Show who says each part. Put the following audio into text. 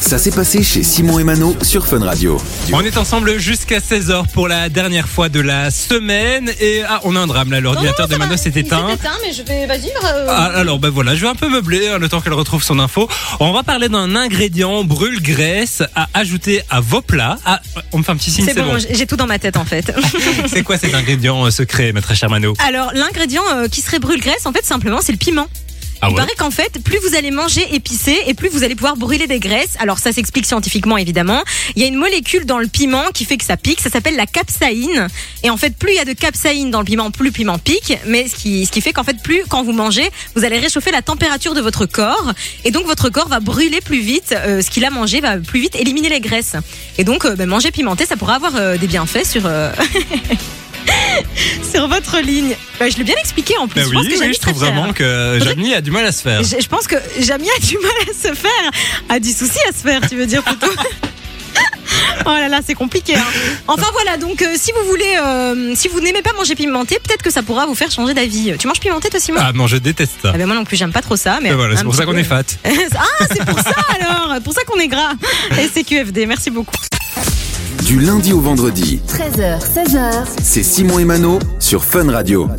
Speaker 1: Ça s'est passé chez Simon et Mano sur Fun Radio.
Speaker 2: On est ensemble jusqu'à 16h pour la dernière fois de la semaine. Et ah, on a un drame là,
Speaker 3: Non,
Speaker 2: l'ordinateur de
Speaker 3: non, ça va,
Speaker 2: Manos s'est éteint.
Speaker 3: Il s'est éteint, mais je vais. Vas-y, euh,
Speaker 2: Ah, alors ben voilà, je vais un peu meubler hein, le temps qu'elle retrouve son info. On va parler d'un ingrédient brûle-graisse à ajouter à vos plats. Ah, on me fait un petit signe,
Speaker 4: C'est bon, j'ai tout dans ma tête en fait.
Speaker 2: C'est quoi cet ingrédient euh, secret, ma très chère Mano
Speaker 4: Alors l'ingrédient euh, qui serait brûle-graisse en fait simplement c'est le piment.
Speaker 2: Ah
Speaker 4: Il
Speaker 2: ouais
Speaker 4: paraît qu'en fait, plus vous allez manger épicé et plus vous allez pouvoir brûler des graisses. Alors ça s'explique scientifiquement évidemment. Il y a une molécule dans le piment qui fait que ça pique, ça s'appelle la capsaïne. Et en fait, plus il y a de capsaïne dans le piment, plus le piment pique. Mais ce qui, ce qui fait qu'en fait, plus quand vous mangez, vous allez réchauffer la température de votre corps. Et donc votre corps va brûler plus vite. euh, ce qu'il a mangé va plus vite éliminer les graisses. Et donc euh, ben, manger pimenté, ça pourra avoir euh, des bienfaits sur... euh, Sur votre ligne. Bah, je l'ai bien expliqué en plus.
Speaker 2: Ben
Speaker 4: je
Speaker 2: oui,
Speaker 4: pense que
Speaker 2: oui,
Speaker 4: Jamie
Speaker 2: je trouve
Speaker 4: préfère.
Speaker 2: vraiment que Jamie a du mal à se faire.
Speaker 4: Je, je pense que Jamie a du mal à se faire, a du souci à se faire, tu veux dire plutôt. Oh là là, c'est compliqué. hein. Enfin voilà, donc euh, si vous voulez, euh, si vous n'aimez pas manger pimenté, peut-être que ça pourra vous faire changer d'avis. Tu manges pimenté toi Simon
Speaker 2: Ah non, je déteste ça.
Speaker 4: Ah ben moi non plus, j'aime pas trop ça. Mais
Speaker 2: Ben voilà,
Speaker 4: un
Speaker 2: c'est pour
Speaker 4: petit
Speaker 2: ça qu'on
Speaker 4: peu.
Speaker 2: est fat.
Speaker 4: ah, c'est pour ça alors, pour ça qu'on est gras. SCQFD, merci beaucoup.
Speaker 1: Du lundi au vendredi,
Speaker 5: 13h, 16h.
Speaker 1: c'est Simon et Mano sur Fun Radio.